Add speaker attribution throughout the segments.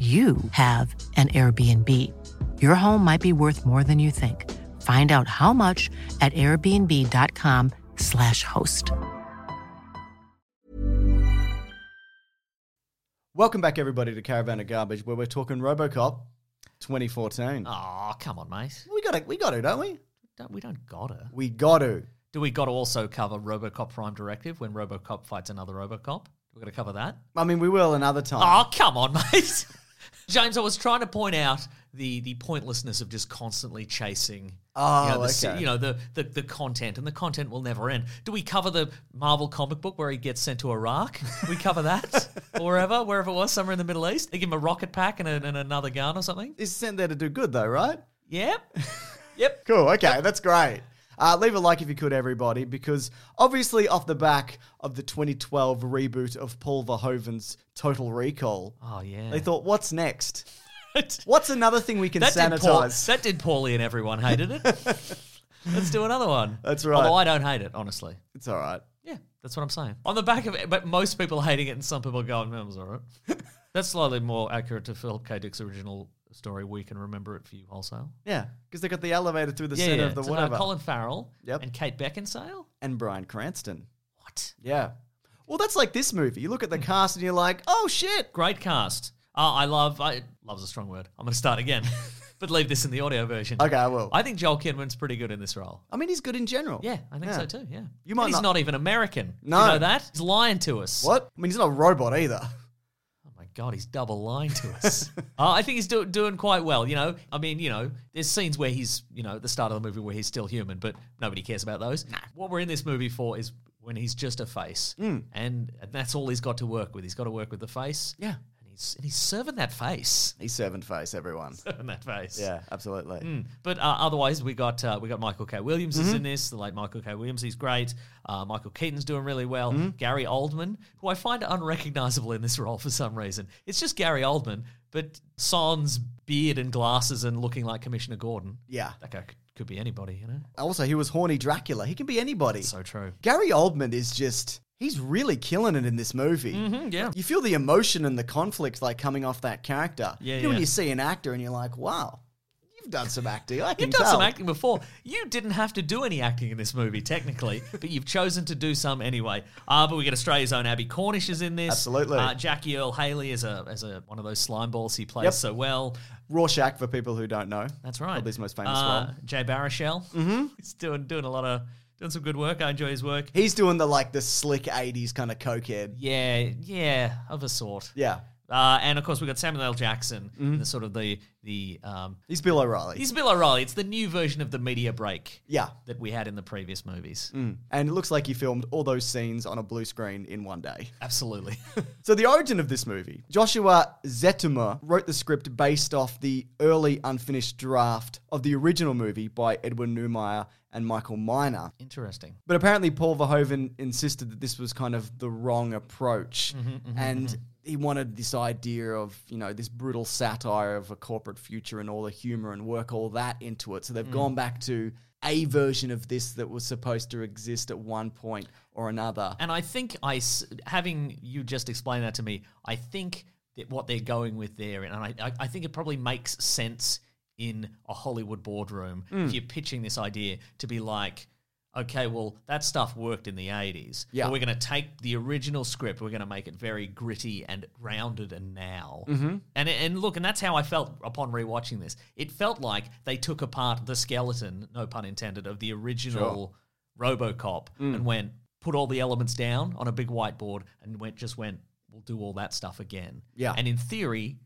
Speaker 1: you have an Airbnb. Your home might be worth more than you think. Find out how much at airbnb.com/slash host.
Speaker 2: Welcome back, everybody, to Caravan of Garbage, where we're talking RoboCop 2014.
Speaker 3: Oh, come on, mate.
Speaker 2: We got to, we got to, don't we?
Speaker 3: Don't, we don't gotta.
Speaker 2: We got to.
Speaker 3: Do we gotta also cover RoboCop Prime Directive when RoboCop fights another RoboCop? We're gonna cover that.
Speaker 2: I mean, we will another time.
Speaker 3: Oh, come on, mate. James, I was trying to point out the the pointlessness of just constantly chasing.
Speaker 2: Oh,
Speaker 3: you know, the, se-
Speaker 2: okay.
Speaker 3: you know the, the the content, and the content will never end. Do we cover the Marvel comic book where he gets sent to Iraq? we cover that, or wherever, wherever it was, somewhere in the Middle East. They give him a rocket pack and, a, and another gun or something.
Speaker 2: It's sent there to do good, though, right?
Speaker 3: Yep, yep.
Speaker 2: Cool. Okay, that's great. Uh, leave a like if you could, everybody, because obviously, off the back of the 2012 reboot of Paul Verhoeven's Total Recall,
Speaker 3: Oh yeah.
Speaker 2: they thought, "What's next? What's another thing we can
Speaker 3: Did poor,
Speaker 2: sanitize?"
Speaker 3: that did poorly, and everyone hated it. Let's do another one.
Speaker 2: That's right.
Speaker 3: Although I don't hate it, honestly.
Speaker 2: it's all right.
Speaker 3: Yeah, that's what I'm saying. On the back of it, but most people hating it, and some people going, "That was all right." that's slightly more accurate to Philip K. Dick's original story. We can remember it for you wholesale.
Speaker 2: Yeah, because they got the elevator through the
Speaker 3: yeah,
Speaker 2: center
Speaker 3: yeah.
Speaker 2: of the
Speaker 3: So, no,
Speaker 2: whatever,
Speaker 3: Colin Farrell
Speaker 2: Yep.
Speaker 3: and Kate Beckinsale.
Speaker 2: and Brian Cranston.
Speaker 3: What?
Speaker 2: Yeah. Well, that's like this movie. You look at the cast and you're like, "Oh shit!"
Speaker 3: Great cast. Oh, I love. I love's a strong word. I'm going to start again, but leave this in the audio version.
Speaker 2: Okay, I will. I,
Speaker 3: I think Joel Kinnaman's pretty good in this role.
Speaker 2: mean, he's good in general.
Speaker 3: Yeah, I think
Speaker 2: Yeah.
Speaker 3: so too. Yeah,
Speaker 2: You might
Speaker 3: And he's
Speaker 2: not-
Speaker 3: not, even American.
Speaker 2: No.
Speaker 3: you know that he's lying to us.
Speaker 2: What? I mean, he's not a robot either.
Speaker 3: Oh my god, he's double lying to us. uh, I think he's do- doing quite well. You know, I mean, you know, there's scenes where he's, you know, at the start of the movie where he's still human, but nobody cares about those. What we're in this movie for is when he's just a face,
Speaker 2: Hmm.
Speaker 3: and, and that's all he's got to work with. He's got to work with the face.
Speaker 2: Yeah.
Speaker 3: and he's and he's serving that face,
Speaker 2: He's servant face, everyone.
Speaker 3: serving that face.
Speaker 2: Yeah, absolutely.
Speaker 3: But uh, otherwise, we got uh, we got Michael K. Williams is in this. The late Michael K. Williams, he's great. Uh, Michael Keaton's doing really well. Gary Oldman, who I find unrecognizable in this role for some reason, it's just Gary Oldman, but sans beard and glasses and looking like Commissioner Gordon.
Speaker 2: Yeah.
Speaker 3: That guy could, could be anybody, you know.
Speaker 2: Also, he was horny Dracula. He can be anybody.
Speaker 3: So true.
Speaker 2: Gary Oldman is just, he's really killing it in this movie.
Speaker 3: Mm, yeah.
Speaker 2: You feel the emotion and the conflict like coming off that character.
Speaker 3: Yeah,
Speaker 2: you know, when
Speaker 3: yeah.
Speaker 2: you see an actor and you're like, wow, you've done some acting. I can
Speaker 3: You've done
Speaker 2: tell.
Speaker 3: some acting before. You didn't have to do any acting in this movie, technically, but you've chosen to do some anyway. Uh, but we get Australia's own Abby Cornish is in this.
Speaker 2: Absolutely.
Speaker 3: Uh, Jackie Earl Haley is a as a one of those slime balls he plays
Speaker 2: Yep.
Speaker 3: so well.
Speaker 2: Rorschach, for people who don't know.
Speaker 3: That's right. Ah,
Speaker 2: Probably his most famous one.
Speaker 3: Jay Baruchel. Mm-hmm. He's doing doing a lot of doing some good work. I enjoy his work.
Speaker 2: He's doing the like the slick 80s kind of cokehead.
Speaker 3: Yeah, yeah, of a sort.
Speaker 2: Yeah. Mm-hmm.
Speaker 3: Uh, and of course, we've got Samuel L. Jackson, the sort of the the um,
Speaker 2: He's Bill O'Reilly.
Speaker 3: he's Bill O'Reilly. It's the new version of the media break
Speaker 2: yeah.
Speaker 3: that we had in the previous movies.
Speaker 2: And it looks like he filmed all those scenes on a blue screen in one day.
Speaker 3: Absolutely.
Speaker 2: So the origin of this movie, Joshua Zetumer wrote the script based off the early unfinished draft of the original movie by Edwin Neumeier and Michael Miner.
Speaker 3: Interesting.
Speaker 2: But apparently Paul Verhoeven insisted that this was kind of the wrong approach and he wanted this idea of, you know, this brutal satire of a corporate future and all the humor and work all that into it. So they've gone back to a version of this that was supposed to exist at one point or another.
Speaker 3: And I think I, s- having you just explain that to me, I think that what they're going with there, and I, I, I think it probably makes sense in a Hollywood boardroom if you're pitching this idea to be like, okay, well, that stuff worked in the 80s.
Speaker 2: Yeah.
Speaker 3: But we're going to take the original script, we're going to make it very gritty and rounded and now. And, and look, and that's how I felt upon rewatching this. It felt like they took apart the skeleton, no pun intended, of the original Robocop
Speaker 2: Mm.
Speaker 3: and went, put all the elements down on a big whiteboard and went, just went, we'll do all that stuff again.
Speaker 2: Yeah.
Speaker 3: And in theory,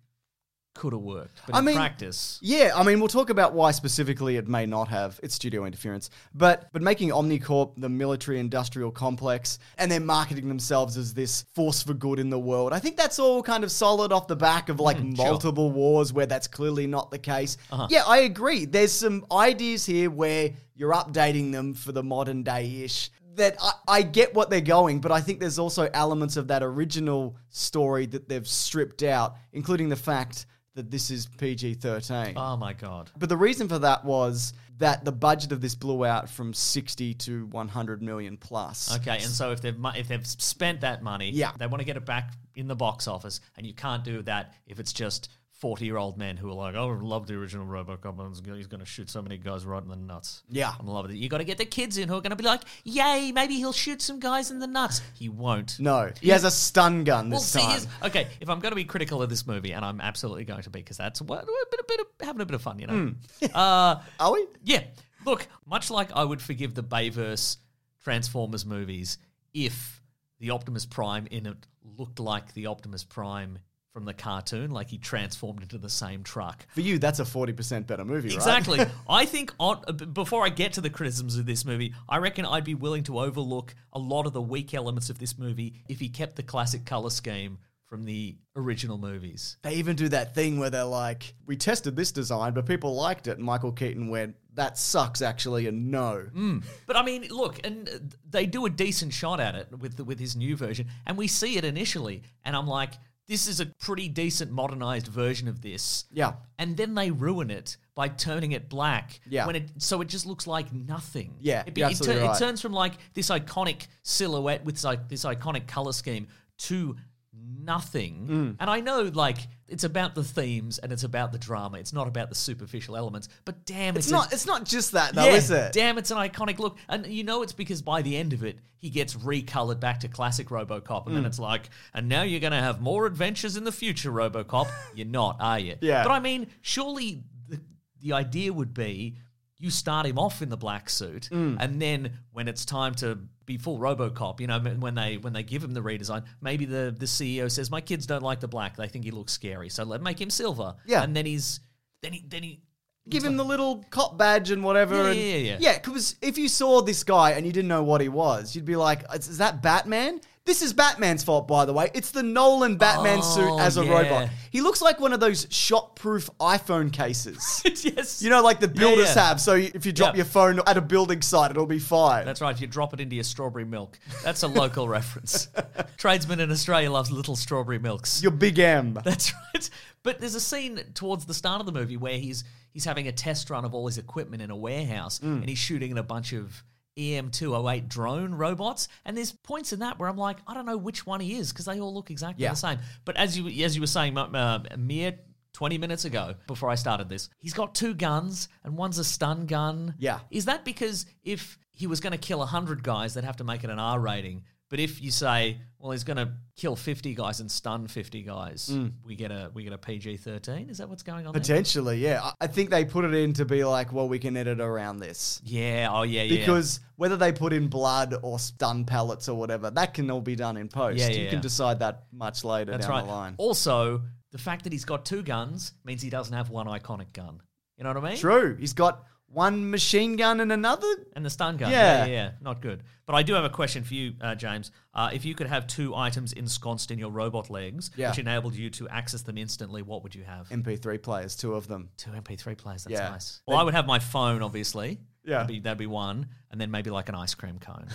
Speaker 3: could have worked. But
Speaker 2: I
Speaker 3: in
Speaker 2: mean,
Speaker 3: practice,
Speaker 2: Yeah, I mean, we'll talk about why specifically it may not have. It's studio interference. But but making Omnicorp the military industrial complex and they're marketing themselves as this force for good in the world. I think that's all kind of solid off the back of like multiple wars where that's clearly not the case. Yeah, I agree. There's some ideas here where you're updating them for the modern day ish. That I, I get what they're going, but I think there's also elements of that original story that they've stripped out, including the fact that this is PG 13.
Speaker 3: oh my God.
Speaker 2: But the reason for that was that the budget of this blew out from 60 to 100 million plus.
Speaker 3: Okay, and so if they've mu- if they've spent that money,
Speaker 2: Yeah.
Speaker 3: they want to get it back in the box office, and you can't do that if it's just forty year old men who are like, "Oh, I love the original RoboCop, and he's gonna- he's going to shoot so many guys right in the nuts."
Speaker 2: Yeah.
Speaker 3: I'm loving it. You got to get the kids in who are going to be like, "Yay, maybe he'll shoot some guys in the nuts." He won't.
Speaker 2: No, he has a stun gun
Speaker 3: Well,
Speaker 2: this
Speaker 3: see,
Speaker 2: time.
Speaker 3: here's- okay. If I'm going to be critical of this movie, and I'm absolutely going to be, because that's what, a bit, a bit of, having a bit of fun, you
Speaker 2: Hmm.
Speaker 3: know. uh,
Speaker 2: Are we?
Speaker 3: yeah. Look, much like I would forgive the Bayverse Transformers movies if the Optimus Prime in it looked like the Optimus Prime from the cartoon, like he transformed into the same truck.
Speaker 2: For you, that's a 40% better movie, right?
Speaker 3: Exactly. I think on, uh, b- before I get to the criticisms of this movie, I reckon I'd be willing to overlook a lot of the weak elements of this movie if he kept the classic color scheme from the original movies.
Speaker 2: They even do that thing where they're like, we tested this design, but people liked it. And Michael Keaton went, that sucks, actually, and no.
Speaker 3: But I mean, look, and uh, they do a decent shot at it with the, with his new version, and we see it initially, and I'm like, this is a pretty decent modernized version of this.
Speaker 2: Yeah.
Speaker 3: And then they ruin it by turning it black.
Speaker 2: Yeah.
Speaker 3: When it so it just looks like nothing.
Speaker 2: Yeah,
Speaker 3: It, be-
Speaker 2: you're
Speaker 3: it,
Speaker 2: absolutely right.
Speaker 3: it turns from like this iconic silhouette with like this iconic color scheme to nothing.
Speaker 2: Mm.
Speaker 3: And I know like it's about the themes and it's about the drama. It's not about the superficial elements. But damn, it's,
Speaker 2: It's
Speaker 3: a-
Speaker 2: not, it's not just that, though,
Speaker 3: yeah,
Speaker 2: is it?
Speaker 3: Damn, it's an iconic look. And you know it's because by the end of it, he gets recolored back to classic Robocop.
Speaker 2: Hmm.
Speaker 3: And then it's like, and now you're going to have more adventures in the future, Robocop. you're not, are you?
Speaker 2: Yeah.
Speaker 3: But I mean, surely the, the idea would be you start him off in the black suit.
Speaker 2: Hmm.
Speaker 3: And then when it's time to be full Robocop, you know, when they when they give him the redesign, maybe the, the CEO says, my kids don't like the black. They think he looks scary. So let make him silver.
Speaker 2: Yeah.
Speaker 3: And then he's, then he, then he,
Speaker 2: Give him the little cop badge and whatever.
Speaker 3: Yeah,
Speaker 2: and,
Speaker 3: yeah, yeah, yeah.
Speaker 2: because if you saw this guy and you didn't know what he was, you'd be like, is is that Batman? This is Batman's fault, by the way. It's the Nolan Batman
Speaker 3: Oh,
Speaker 2: suit as a
Speaker 3: yeah.
Speaker 2: robot. He looks like one of those shot proof iPhone cases.
Speaker 3: yes.
Speaker 2: you know, like the builders
Speaker 3: yeah.
Speaker 2: have. So if you drop
Speaker 3: Yeah.
Speaker 2: your phone at a building site, it'll be fine.
Speaker 3: That's right. If you drop it into your strawberry milk, that's a local reference. Tradesman in Australia loves little strawberry milks.
Speaker 2: your big M.
Speaker 3: That's right. But there's a scene towards the start of the movie where he's he's having a test run of all his equipment in a warehouse,
Speaker 2: Mm.
Speaker 3: and he's shooting at a bunch of E EM208 drone robots. And there's points in that where I'm like, I don't know which one he is because they all look exactly
Speaker 2: Yeah.
Speaker 3: the same. But as you as you were saying, um, uh, a mere 20 minutes ago, before I started this, he's got two guns, and one's a stun gun.
Speaker 2: Yeah.
Speaker 3: Is that because if he was going to kill 100 guys, they'd have to make it an R rating? But if you say, well, he's going to kill 50 guys and stun 50 guys,
Speaker 2: Mm.
Speaker 3: we get a we get a PG 13? Is that what's going on? There?
Speaker 2: Potentially, yeah. I- I think they put it in to be like, well, we can edit around this.
Speaker 3: Yeah. Oh, yeah, yeah.
Speaker 2: Because whether they put in blood or stun pellets or whatever, that can all be done in post.
Speaker 3: Yeah, yeah,
Speaker 2: you
Speaker 3: yeah.
Speaker 2: can decide that much later
Speaker 3: That's
Speaker 2: down
Speaker 3: right.
Speaker 2: the line.
Speaker 3: Also, the fact that he's got two guns means he doesn't have one iconic gun. You know what I mean?
Speaker 2: True. He's got one machine gun and another.
Speaker 3: And the stun gun.
Speaker 2: Yeah.
Speaker 3: Yeah. yeah, yeah, not good. But I do have a question for you, uh, James. Uh, if you could have two items ensconced in your robot legs,
Speaker 2: Yeah.
Speaker 3: which enabled you to access them instantly, what would you have?
Speaker 2: MP3 players, two of them.
Speaker 3: two MP3 players. That's
Speaker 2: Yeah.
Speaker 3: nice. Well, I would have my phone, obviously.
Speaker 2: Yeah.
Speaker 3: that'd be, that'd be one, and then maybe like an ice cream cone.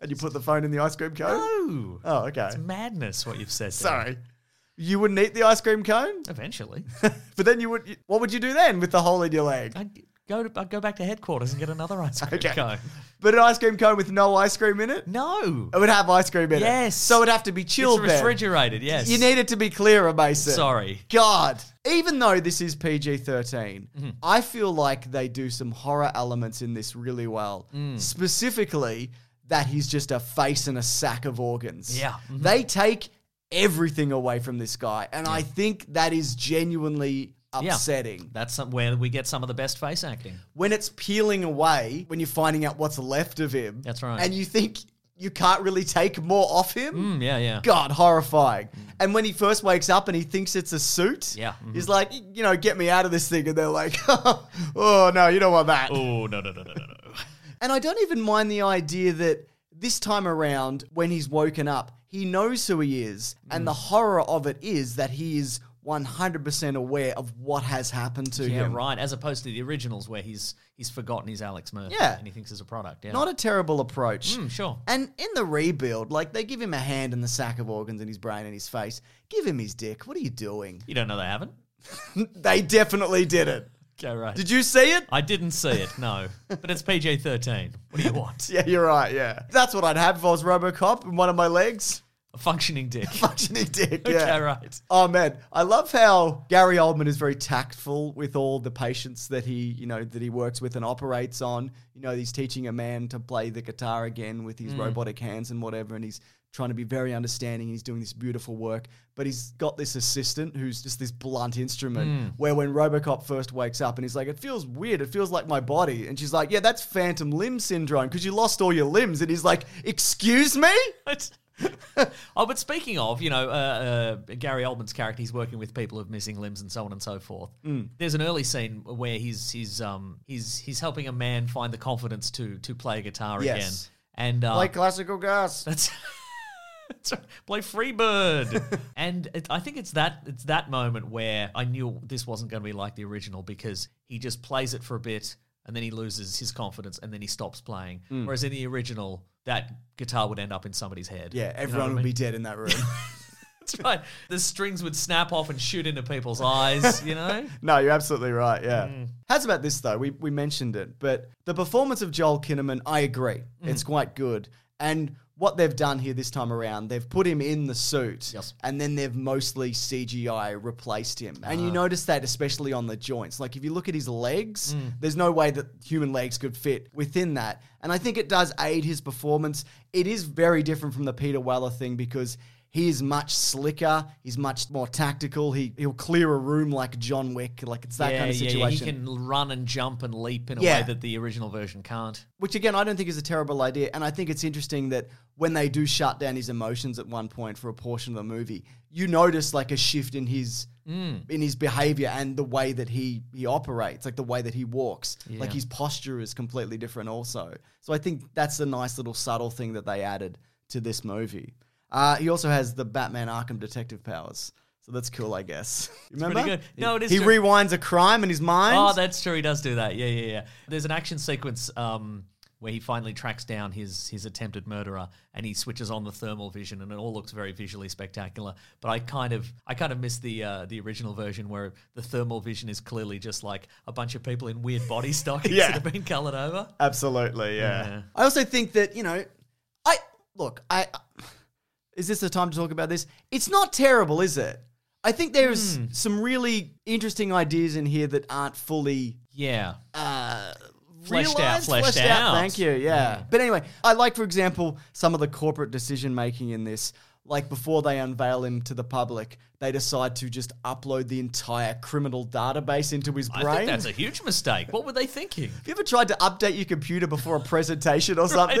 Speaker 2: And you put the phone in the ice cream cone?
Speaker 3: Ooh,
Speaker 2: Oh, okay.
Speaker 3: it's madness what you've said. there.
Speaker 2: Sorry. You wouldn't eat the ice cream cone?
Speaker 3: Eventually,
Speaker 2: But then you would. What would you do then with the hole in your leg?
Speaker 3: I'd Go to uh, go back to headquarters and get another ice cream
Speaker 2: Okay.
Speaker 3: cone.
Speaker 2: But an ice cream cone with no ice cream in it?
Speaker 3: No,
Speaker 2: It would have ice cream in it.
Speaker 3: Yes.
Speaker 2: So it'd have to be
Speaker 3: it's
Speaker 2: Oh, chilled then.
Speaker 3: refrigerated. Yes,
Speaker 2: You needed to be clearer, Mason.
Speaker 3: Sorry.
Speaker 2: God. Even though this is PG 13,
Speaker 3: Mm-hmm.
Speaker 2: I feel like they do some horror elements in this really well.
Speaker 3: Mm.
Speaker 2: Specifically, that he's just a face and a sack of organs.
Speaker 3: Yeah. mm-hmm.
Speaker 2: They take everything away from this guy. And I think that is genuinely
Speaker 3: Yeah.
Speaker 2: upsetting.
Speaker 3: That's some, where we get some of the best face acting.
Speaker 2: When it's peeling away, when you're finding out what's left of him.
Speaker 3: That's right.
Speaker 2: And you think you can't really take more off him.
Speaker 3: Mm, yeah, yeah.
Speaker 2: God, horrifying. And when he first wakes up and he thinks it's a suit,
Speaker 3: Yeah.
Speaker 2: he's like, you know, get me out of this thing. And they're like, oh, no, you don't want that.
Speaker 3: Oh no no no no no no.
Speaker 2: And I don't even mind the idea that this time around, when he's woken up, he knows who he is. And the
Speaker 3: Mm.
Speaker 2: horror of it is that he is 100% aware of what has happened to
Speaker 3: Yeah,
Speaker 2: him.
Speaker 3: right. As opposed to the originals where he's he's forgotten he's Alex Murphy.
Speaker 2: Yeah.
Speaker 3: and he thinks it's a product. Yeah,
Speaker 2: Not a terrible approach.
Speaker 3: Mm, sure.
Speaker 2: And in the rebuild, like they give him a hand and the sack of organs in his brain and his face. Give him his dick. What are you doing?
Speaker 3: You don't know they haven't.
Speaker 2: they definitely did it.
Speaker 3: Okay, right.
Speaker 2: Did you see it?
Speaker 3: I didn't see it. No, but it's PG thirteen. What do you want?
Speaker 2: Yeah, you're right. Yeah, that's what I'd have if I was RoboCop and one of my legs
Speaker 3: A functioning dick.
Speaker 2: functioning dick. Yeah.
Speaker 3: Okay, right.
Speaker 2: Oh man, I love how Gary Oldman is very tactful with all the patients that he, you know, that he works with and operates on. You know, he's teaching a man to play the guitar again with his robotic hands and whatever, and he's trying to be very understanding. He's doing this beautiful work, but he's got this assistant who's just this blunt instrument. Where when RoboCop first wakes up and he's like, "It feels weird. It feels like my body," and she's like, "Yeah, that's phantom limb syndrome because you lost all your limbs," and he's like, "Excuse me."
Speaker 3: What? oh, but speaking of, you know, uh, uh, Gary Oldman's character, he's working with people of missing limbs and so on and so forth.
Speaker 2: Mm.
Speaker 3: There's an early scene where he's he's um he's he's helping a man find the confidence to to play guitar
Speaker 2: Yes.
Speaker 3: again, and uh,
Speaker 2: Like classical gas.
Speaker 3: that's. that's right. Play Freebird, and it, I think it's that it's that moment where I knew this wasn't going to be like the original because he just plays it for a bit and then he loses his confidence and then he stops playing.
Speaker 2: Hmm.
Speaker 3: Whereas in the original, that guitar would end up in somebody's head.
Speaker 2: Yeah, everyone would be dead in that room.
Speaker 3: That's right. The strings would snap off and shoot into people's eyes, you know?
Speaker 2: no, you're absolutely right. Yeah. How's about this though? We we mentioned it, but the performance of Joel Kinnaman, I agree, it's quite good. And what they've done here this time around, they've put him in the suit,
Speaker 3: Yes.
Speaker 2: and then they've mostly CGI replaced him. And you notice that especially on the joints. Like if you look at his legs, there's no way that human legs could fit within that. And I think it does aid his performance. It is very different from the Peter Weller thing because he is much slicker. He's much more tactical. He he'll clear a room like John Wick, like it's that
Speaker 3: yeah,
Speaker 2: kind of
Speaker 3: yeah,
Speaker 2: situation.
Speaker 3: yeah. He can run and jump and leap in a
Speaker 2: Yeah.
Speaker 3: way that the original version can't.
Speaker 2: Which again, I don't think is a terrible idea, and I think it's interesting that when they do shut down his emotions at one point for a portion of the movie, you notice like a shift in his
Speaker 3: Mm.
Speaker 2: in his behavior and the way that he he operates, like the way that he walks, like his posture is completely different also. So I think that's a nice little subtle thing that they added to this movie. Uh, he also has the Batman Arkham detective powers. So that's cool, I guess. Remember?
Speaker 3: pretty good. No, it is
Speaker 2: He
Speaker 3: true.
Speaker 2: rewinds a crime in his mind.
Speaker 3: Oh, that's true. He does do that. Yeah, yeah, yeah. There's an action sequence um, where he finally tracks down his his attempted murderer, and he switches on the thermal vision, and it all looks very visually spectacular. But I kind of I kind of miss the uh, the original version where the thermal vision is clearly just like a bunch of people in weird body stockings
Speaker 2: Yeah.
Speaker 3: that have been coloured over.
Speaker 2: Absolutely, yeah.
Speaker 3: Yeah.
Speaker 2: I also think that you know, I look. I is this the time to talk about this? It's not terrible, is it? I think there's
Speaker 3: Hmm.
Speaker 2: some really interesting ideas in here that aren't fully
Speaker 3: Yeah.
Speaker 2: uh,
Speaker 3: Fleshed out,
Speaker 2: realised,
Speaker 3: fleshed out. Hmm.
Speaker 2: Thank you. Yeah. But anyway, I like, for example, some of the corporate decision making in this. Like before they unveil him to the public, they decide to just upload the entire criminal database into his brain.
Speaker 3: I think that's a huge mistake. What were they thinking?
Speaker 2: Have you ever tried to update your computer before a presentation or something?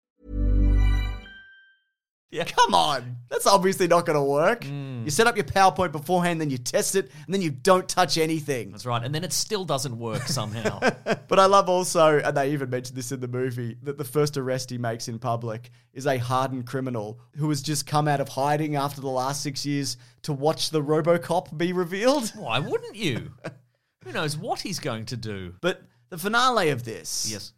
Speaker 2: Yeah. Come on. That's obviously not going to work.
Speaker 3: Mm.
Speaker 2: You set up your PowerPoint beforehand, then you test it, and then you don't touch anything.
Speaker 3: That's right. And then it still doesn't work somehow.
Speaker 2: But I love also, and they even mentioned this in the movie, that the first arrest he makes in public is a hardened criminal who has just come out of hiding after the last six years to watch the Robocop be revealed.
Speaker 3: Why wouldn't you? Who knows what he's going to do?
Speaker 2: But the finale of this.
Speaker 3: Yes.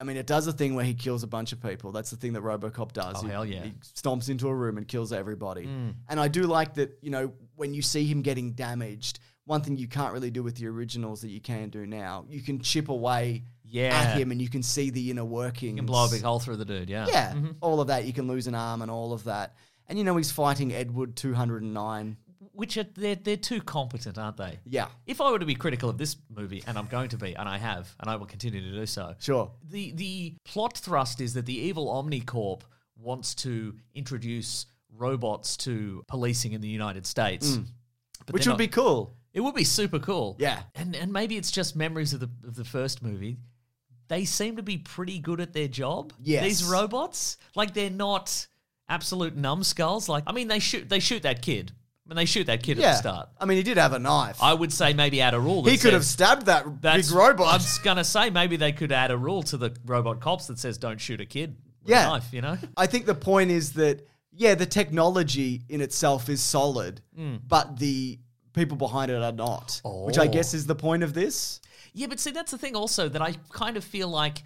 Speaker 2: I mean, it does a thing where he kills a bunch of people. That's the thing that Robocop does.
Speaker 3: Oh,
Speaker 2: he,
Speaker 3: hell yeah. Hmm.
Speaker 2: He stomps into a room and kills everybody. And I do like that, you know, when you see him getting damaged, one thing you can't really do with the originals that you can do now, you can chip away
Speaker 3: Yeah.
Speaker 2: at him and you can see the inner workings.
Speaker 3: You can blow a big hole Mm-hmm. through the dude, yeah.
Speaker 2: Yeah, all of that. You can lose an arm and all of that. And, you know, he's fighting Edward 209.
Speaker 3: Which are they're they're too competent, aren't they?
Speaker 2: Yeah,
Speaker 3: If I were to be critical of this movie, and I'm going to be, and I have, and I will continue to do so,
Speaker 2: sure.
Speaker 3: the the plot thrust is that the evil OmniCorp wants to introduce robots to policing in the United States, But
Speaker 2: Which
Speaker 3: they're
Speaker 2: would be
Speaker 3: not-
Speaker 2: cool.
Speaker 3: it would be super cool.
Speaker 2: Mm. Yeah.
Speaker 3: and and maybe it's just memories of the of the first movie. They seem to be pretty good at their job.
Speaker 2: Yes.
Speaker 3: these robots, like they're not absolute numbskulls. Like I mean, they shoot they shoot that kid. I mean, they shoot that kid at
Speaker 2: Yeah.
Speaker 3: the start.
Speaker 2: I mean, he did have a knife.
Speaker 3: I would say maybe add a rule. that
Speaker 2: he could have
Speaker 3: says-
Speaker 2: stabbed that
Speaker 3: that's,
Speaker 2: big robot.
Speaker 3: I was gonna say maybe they could add a rule to the robot cops that says don't shoot a kid. With
Speaker 2: Yeah.
Speaker 3: a knife, you know.
Speaker 2: I think the point is that yeah, the technology in itself is solid,
Speaker 3: Hmm.
Speaker 2: but the people behind it are not. Which I
Speaker 3: Oh.
Speaker 2: guess is the point of this.
Speaker 3: Yeah, but see, that's the thing also that I kind of feel like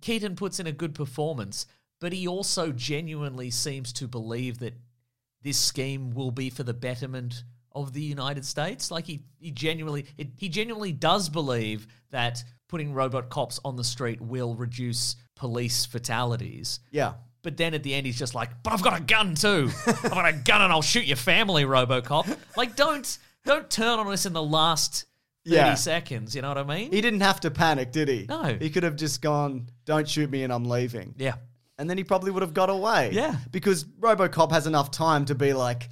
Speaker 3: Keaton puts in a good performance, but he also genuinely seems to believe that this scheme will be for the betterment of the United States. Like he, he genuinely it, he genuinely does believe that putting robot cops on the street will reduce police fatalities.
Speaker 2: Yeah.
Speaker 3: But then at the end, he's just like, "But I've got a gun too. I've got a gun, and I'll shoot your family, RoboCop." Like, don't don't turn on us in the last thirty
Speaker 2: Yeah.
Speaker 3: seconds. You know what I mean?
Speaker 2: He didn't have to panic, did he?
Speaker 3: No.
Speaker 2: He could have just gone, don't shoot me and I'm leaving.
Speaker 3: yeah,
Speaker 2: And then he probably would have got away.
Speaker 3: Yeah.
Speaker 2: Because Robocop has enough time to be like,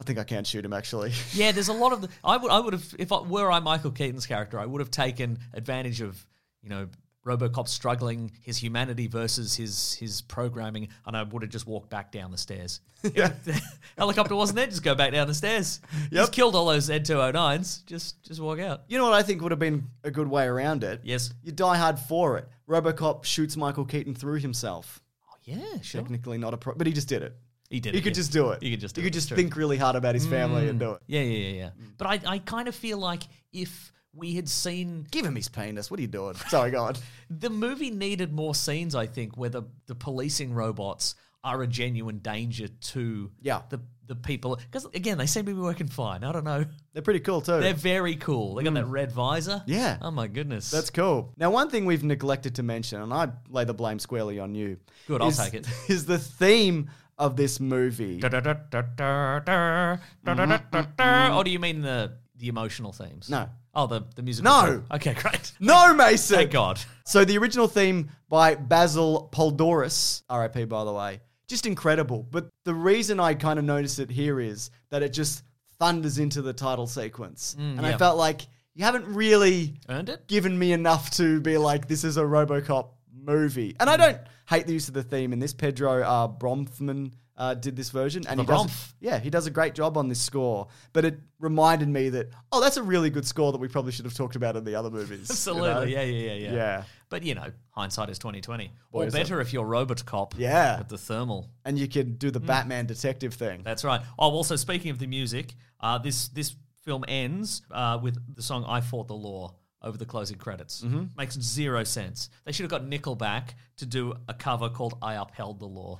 Speaker 2: I think I can shoot him actually.
Speaker 3: yeah. There's a lot of the, I would I would have if I were I Michael Keaton's character, I would have taken advantage of you know RoboCop struggling his humanity versus his his programming, and I would have just walked back down the stairs. The helicopter wasn't there. Just go back down the stairs. He's
Speaker 2: Yep.
Speaker 3: killed all those Z209s. Just just walk out.
Speaker 2: You know what I think would have been a good way around it?
Speaker 3: Yes.
Speaker 2: You die hard for it. Robocop shoots Michael Keaton through himself.
Speaker 3: Yeah, sure.
Speaker 2: Technically not a pro, but he just did it.
Speaker 3: He did.
Speaker 2: He
Speaker 3: it,
Speaker 2: could
Speaker 3: yeah.
Speaker 2: just do it.
Speaker 3: He could just. Do
Speaker 2: He
Speaker 3: it, Mm.
Speaker 2: could
Speaker 3: it's
Speaker 2: just
Speaker 3: true.
Speaker 2: think Mm. really hard about his family and do it.
Speaker 3: Yeah, yeah, yeah, yeah. But I, I kind of feel like if we had seen
Speaker 2: Give him his penis. What are you doing? Sorry, God.
Speaker 3: the movie needed more scenes, I think, where the, the policing robots are a genuine danger to
Speaker 2: Yeah.
Speaker 3: the the people. Because again, they seem to be working fine. I don't know.
Speaker 2: They're pretty cool too.
Speaker 3: They're very cool. They got that red visor.
Speaker 2: Mm. Yeah.
Speaker 3: Oh my goodness.
Speaker 2: That's cool. Now, one thing we've neglected to mention, and I lay the blame squarely on you.
Speaker 3: Good, I'll
Speaker 2: is-
Speaker 3: take it.
Speaker 2: Is the theme of this movie?
Speaker 3: Or Oh, do you mean the the emotional themes?
Speaker 2: No.
Speaker 3: Oh, the the musical.
Speaker 2: No.
Speaker 3: score. Okay, great.
Speaker 2: No, Mason.
Speaker 3: Thank God.
Speaker 2: So the original theme by Basil Poldoris, RIP by the way, just incredible. But the reason I kind of notice it here is that it just thunders into the title sequence, and I
Speaker 3: Mm, yeah.
Speaker 2: felt like you haven't really
Speaker 3: Earned it.
Speaker 2: given me enough to be like, this is a RoboCop movie. And
Speaker 3: Mm.
Speaker 2: I don't hate the use of the theme in this. Pedro uh, Bromfman uh, did this version, and he does,
Speaker 3: Bromf.
Speaker 2: yeah, he does a great job on this score. But it reminded me that oh, that's a really good score that we probably should have talked about in the other movies. you know?
Speaker 3: Absolutely. Yeah, yeah, yeah, yeah.
Speaker 2: Yeah.
Speaker 3: But you know, hindsight is twenty twenty.
Speaker 2: Boy,
Speaker 3: Or
Speaker 2: is
Speaker 3: better if you're Robocop.
Speaker 2: Yeah.
Speaker 3: With the thermal.
Speaker 2: and you can do the
Speaker 3: Hmm.
Speaker 2: Batman detective thing.
Speaker 3: That's right. Oh, also speaking of the music, uh, this this film ends uh, with the song "I Fought the Law" over the closing credits.
Speaker 2: Mm-hmm.
Speaker 3: Makes zero sense. They should have got Nickelback to do a cover called "I Upheld the Law,"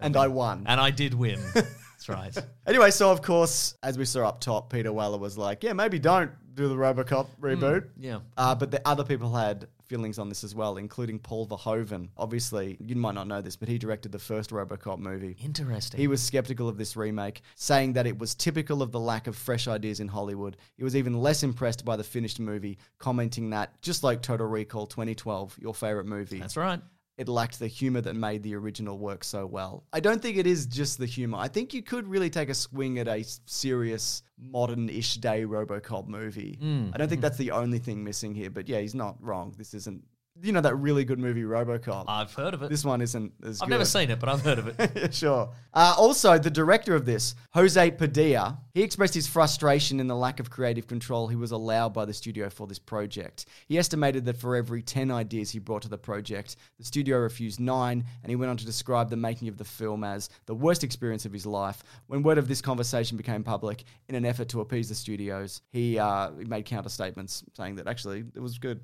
Speaker 2: and I won.
Speaker 3: and I did win. That's right.
Speaker 2: Anyway, so of course, as we saw up top, Peter Weller was like, yeah, maybe don't do the Robocop reboot.
Speaker 3: Hmm, Yeah.
Speaker 2: Uh, but the other people had feelings on this as well, including Paul Verhoeven. Obviously, you might not know this, but he directed the first Robocop movie.
Speaker 3: Interesting.
Speaker 2: He was skeptical of this remake, saying that it was typical of the lack of fresh ideas in Hollywood. He was even less impressed by the finished movie, commenting that, just like Total Recall 2012, your favorite movie,
Speaker 3: That's right.
Speaker 2: it lacked the humor that made the original work so well. I don't think it is just the humor. I think you could really take a swing at a s- serious modern-ish day RoboCop movie.
Speaker 3: Hmm,
Speaker 2: I don't think that's the only thing missing here, but yeah, he's not wrong. This isn't you know that really good movie RoboCop.
Speaker 3: I've heard of it.
Speaker 2: this one isn't as
Speaker 3: Uh, I've
Speaker 2: good.
Speaker 3: never seen it, but I've heard of it.
Speaker 2: Yeah, sure. Uh, also, the director of this, Jose Padilla, he expressed his frustration in the lack of creative control he was allowed by the studio for this project. He estimated that for every 10 ideas he brought to the project, the studio refused nine, and he went on to describe the making of the film as the worst experience of his life. When word of this conversation became public, in an effort to appease the studios, he, uh, he made counter statements saying that actually it was good.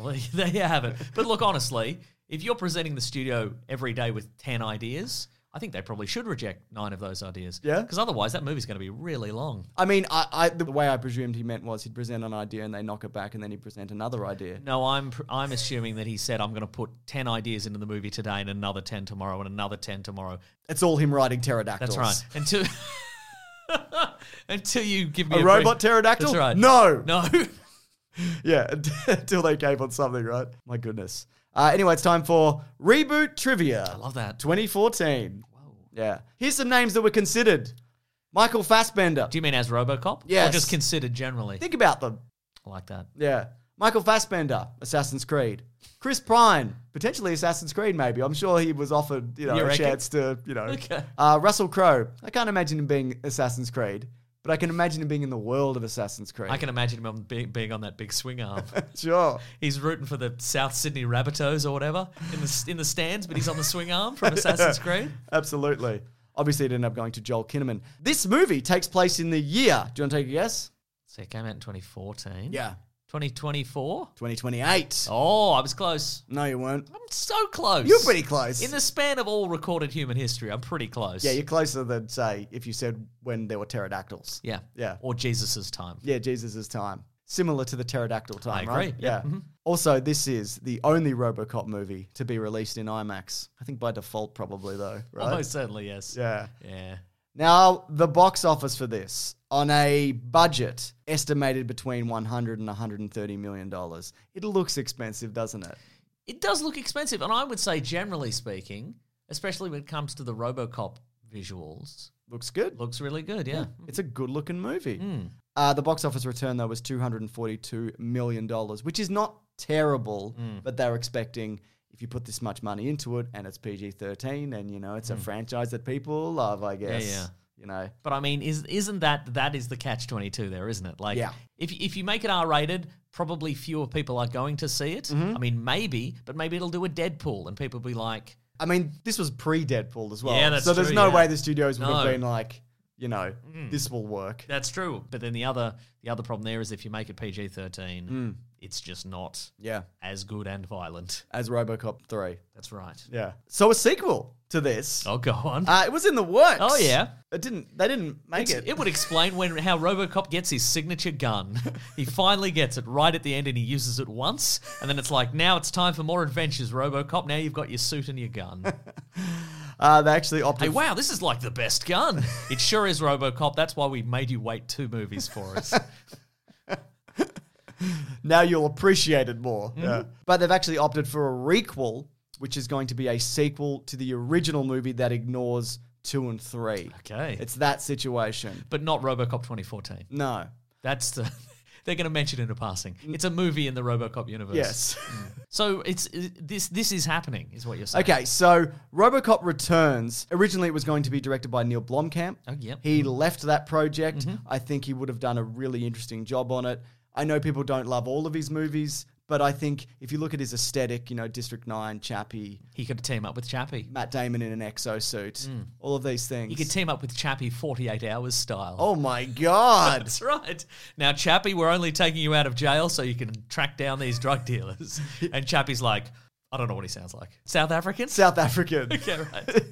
Speaker 3: Well, there you have it. But look, honestly, if you're presenting the studio every day with 10 ideas, I think they probably should reject nine of those ideas.
Speaker 2: Yeah?
Speaker 3: Because otherwise, that movie's going to be really long.
Speaker 2: I mean, I, I, the way I presumed he meant was he'd present an idea and they knock it back and then he'd present another idea.
Speaker 3: No, I'm pr- I'm assuming that he said I'm going to put 10 ideas into the movie today and another 10 tomorrow and another 10 tomorrow.
Speaker 2: It's all him riding pterodactyls.
Speaker 3: That's right. Until until you give me
Speaker 2: A
Speaker 3: a,
Speaker 2: robot
Speaker 3: brief-
Speaker 2: pterodactyl?
Speaker 3: That's right.
Speaker 2: No.
Speaker 3: No.
Speaker 2: Yeah, until they gave on something, right? My goodness. Uh, anyway, it's time for reboot trivia. I
Speaker 3: love that.
Speaker 2: 2014. Yeah. Here's some names that were considered. Michael Fassbender.
Speaker 3: Do you mean as RoboCop?
Speaker 2: Yes.
Speaker 3: Or just considered generally?
Speaker 2: Think about them.
Speaker 3: I like that.
Speaker 2: Yeah. Michael Fassbender, Assassin's Creed. Chris Pine, potentially Assassin's Creed, maybe. I'm sure he was offered, you know,
Speaker 3: You
Speaker 2: a
Speaker 3: reckon?
Speaker 2: chance to, you know.
Speaker 3: Okay.
Speaker 2: Uh, Russell Crowe. I can't imagine him being Assassin's Creed, but I can imagine him being in the world of Assassin's Creed.
Speaker 3: I can imagine him being, being on that big swing arm.
Speaker 2: Sure.
Speaker 3: He's rooting for the South Sydney Rabbitohs or whatever in the in the stands, but he's on the swing arm from Assassin's Creed.
Speaker 2: Absolutely. Obviously, it ended up going to Joel Kinnaman. This movie takes place in the year. Do you want to take a guess?
Speaker 3: So it came out in 2014.
Speaker 2: Yeah.
Speaker 3: 2024.
Speaker 2: 2028.
Speaker 3: Oh, I was close.
Speaker 2: No, you weren't.
Speaker 3: I'm so close.
Speaker 2: You're pretty close.
Speaker 3: In the span of all recorded human history, I'm pretty close.
Speaker 2: yeah, you're closer than, say, if you said when there were pterodactyls.
Speaker 3: yeah,
Speaker 2: Yeah.
Speaker 3: Or Jesus's time.
Speaker 2: Yeah, Jesus' time. Similar to the pterodactyl time,
Speaker 3: agree,
Speaker 2: right?
Speaker 3: yeah, Mm-hmm.
Speaker 2: Also, this is the only Robocop movie to be released in IMAX. I think by default, probably, though, right?
Speaker 3: Almost certainly yes.
Speaker 2: Yeah.
Speaker 3: Yeah.
Speaker 2: Now, the box office for this, on a budget estimated between 100 and 130 million dollars, it looks expensive, doesn't it?
Speaker 3: It does look expensive, and I would say, generally speaking, especially when it comes to the RoboCop visuals,
Speaker 2: Looks good.
Speaker 3: looks really good. Yeah.
Speaker 2: It's a good-looking movie.
Speaker 3: Hmm.
Speaker 2: Uh, the box office return though was 242 million dollars, which is not terrible,
Speaker 3: Hmm.
Speaker 2: but they're expecting if you put this much money into it and it's PG-13 and you know it's a franchise that people love, I guess.
Speaker 3: Hmm. yeah.
Speaker 2: You know,
Speaker 3: But I mean, is isn't that that is the catch twenty two there, isn't it? Like,
Speaker 2: Yeah.
Speaker 3: if if you make it R rated,
Speaker 2: Mm-hmm.
Speaker 3: probably fewer people are going to see it. I mean, maybe, but maybe it'll do a Deadpool, and people will be like,
Speaker 2: I mean, this was pre Deadpool as well.
Speaker 3: Yeah, that's
Speaker 2: so there's
Speaker 3: true,
Speaker 2: no
Speaker 3: yeah.
Speaker 2: way the studios would have
Speaker 3: No. Hmm.
Speaker 2: been like, you know, this will work.
Speaker 3: That's true. But then the other the other problem there is if you make it PG thirteen, it's just not
Speaker 2: Mm. Yeah,
Speaker 3: as good and violent.
Speaker 2: as RoboCop three.
Speaker 3: That's right.
Speaker 2: Yeah. So a sequel to this.
Speaker 3: Oh, go on.
Speaker 2: Uh, it was in the works.
Speaker 3: Oh, yeah.
Speaker 2: It didn't. They didn't make
Speaker 3: It's-
Speaker 2: it.
Speaker 3: It would explain when how RoboCop gets his signature gun. he finally gets it right at the end, and he uses it once, and then it's like, now it's time for more adventures, RoboCop. Now you've got your suit and your gun.
Speaker 2: Uh, they actually opted.
Speaker 3: hey, wow, this is like the best gun. It sure is RoboCop. That's why we made you wait two movies for us.
Speaker 2: Now you'll appreciate it more.
Speaker 3: Mm-hmm.
Speaker 2: Yeah. But they've actually opted for a requel, which is going to be a sequel to the original movie that ignores two and three.
Speaker 3: Okay.
Speaker 2: It's that situation.
Speaker 3: but not RoboCop 2014.
Speaker 2: No.
Speaker 3: That's the. They're going to mention it in passing. It's a movie in the RoboCop universe.
Speaker 2: Yes.
Speaker 3: So it's it- this. This is happening, is what you're saying.
Speaker 2: Okay, so RoboCop Returns. Originally, it was going to be directed by Neil Blomkamp.
Speaker 3: Oh, yep. Mm-hmm.
Speaker 2: He left that project. I think he would have done a really interesting job on it. I know people don't love all of his movies, but I think if you look at his aesthetic, you know, District 9, Chappie,
Speaker 3: He could team up with Chappie.
Speaker 2: Matt Damon in an exo suit, all of these things.
Speaker 3: He Mm. could team up with Chappie 48 hours style.
Speaker 2: oh my God.
Speaker 3: That's right. Now, Chappie, we're only taking you out of jail so you can track down these drug dealers. And Chappie's like, I don't know what he sounds like. South African?
Speaker 2: South African.
Speaker 3: Okay, right.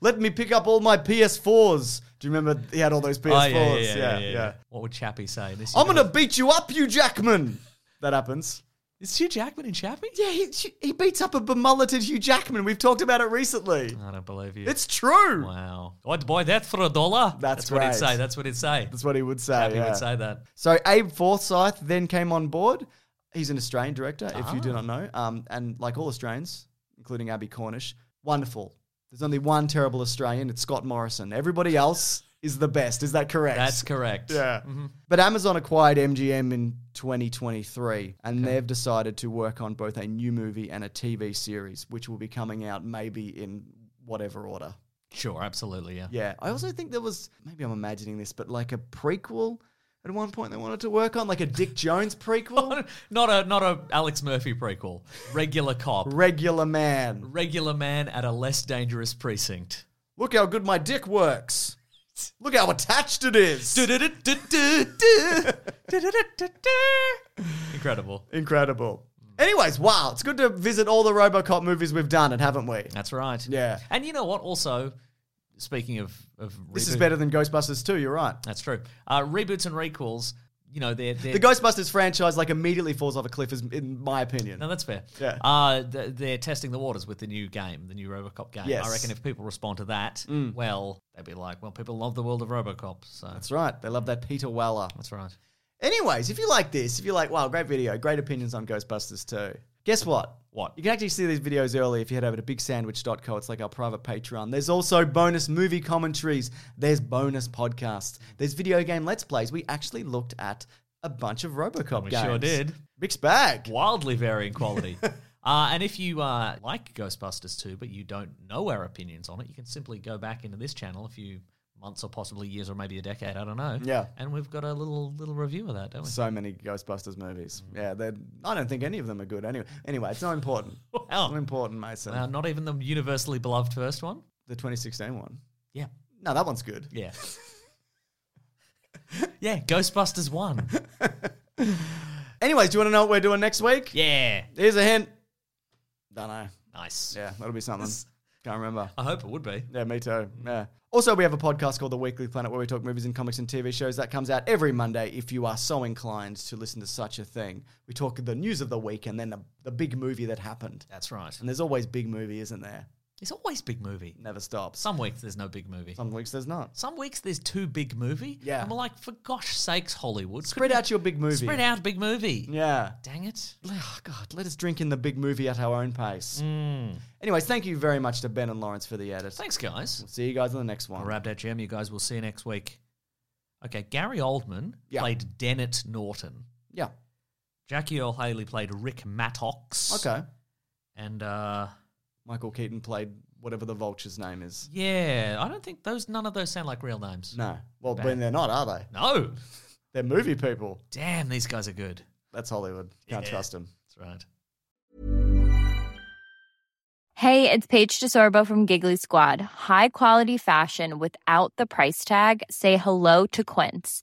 Speaker 2: Let me pick up all my PS4s. Do you remember he had all those PS4s?
Speaker 3: Oh, yeah, yeah, yeah, yeah, yeah. What would Chappie say? in This
Speaker 2: I'm going to
Speaker 3: universe?
Speaker 2: beat you up, you Jackman. That happens.
Speaker 3: Is Hugh Jackman in Chappie?
Speaker 2: Yeah, he, he beats up a bemulleted Hugh Jackman. We've talked about it recently.
Speaker 3: I don't believe you.
Speaker 2: It's true.
Speaker 3: Wow. I'd buy that for a dollar.
Speaker 2: That's
Speaker 3: what
Speaker 2: right.
Speaker 3: he'd say. That's what he'd say.
Speaker 2: That's what he would say.
Speaker 3: Chappie
Speaker 2: yeah.
Speaker 3: would say that.
Speaker 2: So Abe Forsyth then came on board. He's an Australian director, if you do
Speaker 3: Ah.
Speaker 2: not know. Um, and like all Australians, including Abby Cornish, wonderful. There's only one terrible Australian. It's Scott Morrison. Everybody else is the best. Is that correct?
Speaker 3: That's correct.
Speaker 2: Yeah. But Amazon acquired MGM in 2023, and they've decided to work on both a new movie and a TV series, which will be coming out maybe in whatever order.
Speaker 3: Sure, absolutely. Yeah.
Speaker 2: Yeah. I also think there was, maybe I'm imagining this, but like a prequel at one point they wanted to work on, like a Dick Jones prequel.
Speaker 3: Not a not a Alex Murphy prequel. Regular cop.
Speaker 2: Regular man.
Speaker 3: Regular man at a less dangerous precinct.
Speaker 2: Look how good my dick works. Look how attached it is.
Speaker 3: Incredible.
Speaker 2: Incredible. Anyways, wow. It's good to visit all the Robocop movies we've done, and haven't we?
Speaker 3: That's right.
Speaker 2: Yeah.
Speaker 3: And you know what? Also, speaking of of
Speaker 2: This is
Speaker 3: reboot-
Speaker 2: better than Ghostbusters 2, you're right.
Speaker 3: That's true. Uh, reboots and recalls. You know they're, they're
Speaker 2: The Ghostbusters franchise like immediately falls off a cliff, is in my opinion.
Speaker 3: No, that's fair.
Speaker 2: Yeah.
Speaker 3: Uh, th- they're testing the waters with the new game, the new Robocop game.
Speaker 2: Yes. Mm.
Speaker 3: I reckon if people respond to that, well, they'd be like, well, people love the world of Robocop. So that's,
Speaker 2: That's right. They love that Peter Weller.
Speaker 3: right.
Speaker 2: Anyways, if you like this, if you like, wow, great video, great opinions on Ghostbusters too. Guess what?
Speaker 3: What?
Speaker 2: You can actually see these videos early if you head over to bigsandwich.co. It's like our private Patreon. There's also bonus movie commentaries. There's bonus podcasts. There's video game Let's Plays. We actually looked at a bunch of Robocop
Speaker 3: We
Speaker 2: games.
Speaker 3: sure did.
Speaker 2: Mixed bag.
Speaker 3: Wildly varying quality. uh, and if you uh, like Ghostbusters 2, but you don't know our opinions on it, you can simply go back into this channel a few months or possibly years or maybe a decade. I don't know.
Speaker 2: Yeah.
Speaker 3: And we've got a little little review of that, don't we?
Speaker 2: So many Ghostbusters movies. Yeah, they're, I don't think any of them are good anyway. Anyway, it's not important.
Speaker 3: Wow.
Speaker 2: Not important, Mason.
Speaker 3: Wow, uh, not even the universally beloved first one.
Speaker 2: The 2016 one.
Speaker 3: Yeah.
Speaker 2: No, that one's good.
Speaker 3: Yeah. yeah, Ghostbusters 1.
Speaker 2: Anyways, do you want to know what we're doing next week?
Speaker 3: Yeah.
Speaker 2: Here's a hint. Don't know.
Speaker 3: Nice.
Speaker 2: Yeah, that'll be something. Can't remember.
Speaker 3: I hope it would be.
Speaker 2: Yeah, me too. Yeah. Also, we have a podcast called The Weekly Planet where we talk movies and comics and TV shows. That comes out every Monday if you are so inclined to listen to such a thing. We talk the news of the week and then the, the big movie that happened.
Speaker 3: That's right.
Speaker 2: And there's always big movie, isn't there?
Speaker 3: It's always big movie.
Speaker 2: Never stops.
Speaker 3: Some weeks there's no big movie.
Speaker 2: Some weeks there's not.
Speaker 3: Some weeks there's two big movie.
Speaker 2: Yeah.
Speaker 3: And we're like, for gosh sakes, Hollywood.
Speaker 2: Spread out your big movie.
Speaker 3: Spread out big movie.
Speaker 2: Yeah.
Speaker 3: Dang it.
Speaker 2: Oh, God, let us drink in the big movie at our own pace.
Speaker 3: Mm.
Speaker 2: Anyways, thank you very much to Ben and Lawrence for the edit.
Speaker 3: Thanks, guys.
Speaker 2: See you guys on the next one.
Speaker 3: I wrapped that gem. You guys will see you next week. Okay, Gary Oldman
Speaker 2: Yeah.
Speaker 3: played Dennett Norton.
Speaker 2: Yeah.
Speaker 3: Jackie Earl Haley played Rick Mattox.
Speaker 2: Okay.
Speaker 3: And uh,
Speaker 2: Michael Keaton played whatever the vulture's name is.
Speaker 3: yeah, I don't think those none of those sound like real names.
Speaker 2: No. Well, when they're not, are they?
Speaker 3: No.
Speaker 2: They're movie people.
Speaker 3: Damn, these guys are good.
Speaker 2: That's Hollywood. Can't
Speaker 3: Yeah.
Speaker 2: trust them.
Speaker 3: That's right.
Speaker 4: Hey, it's Paige DeSorbo from Giggly Squad. High quality fashion without the price tag. Say hello to Quince.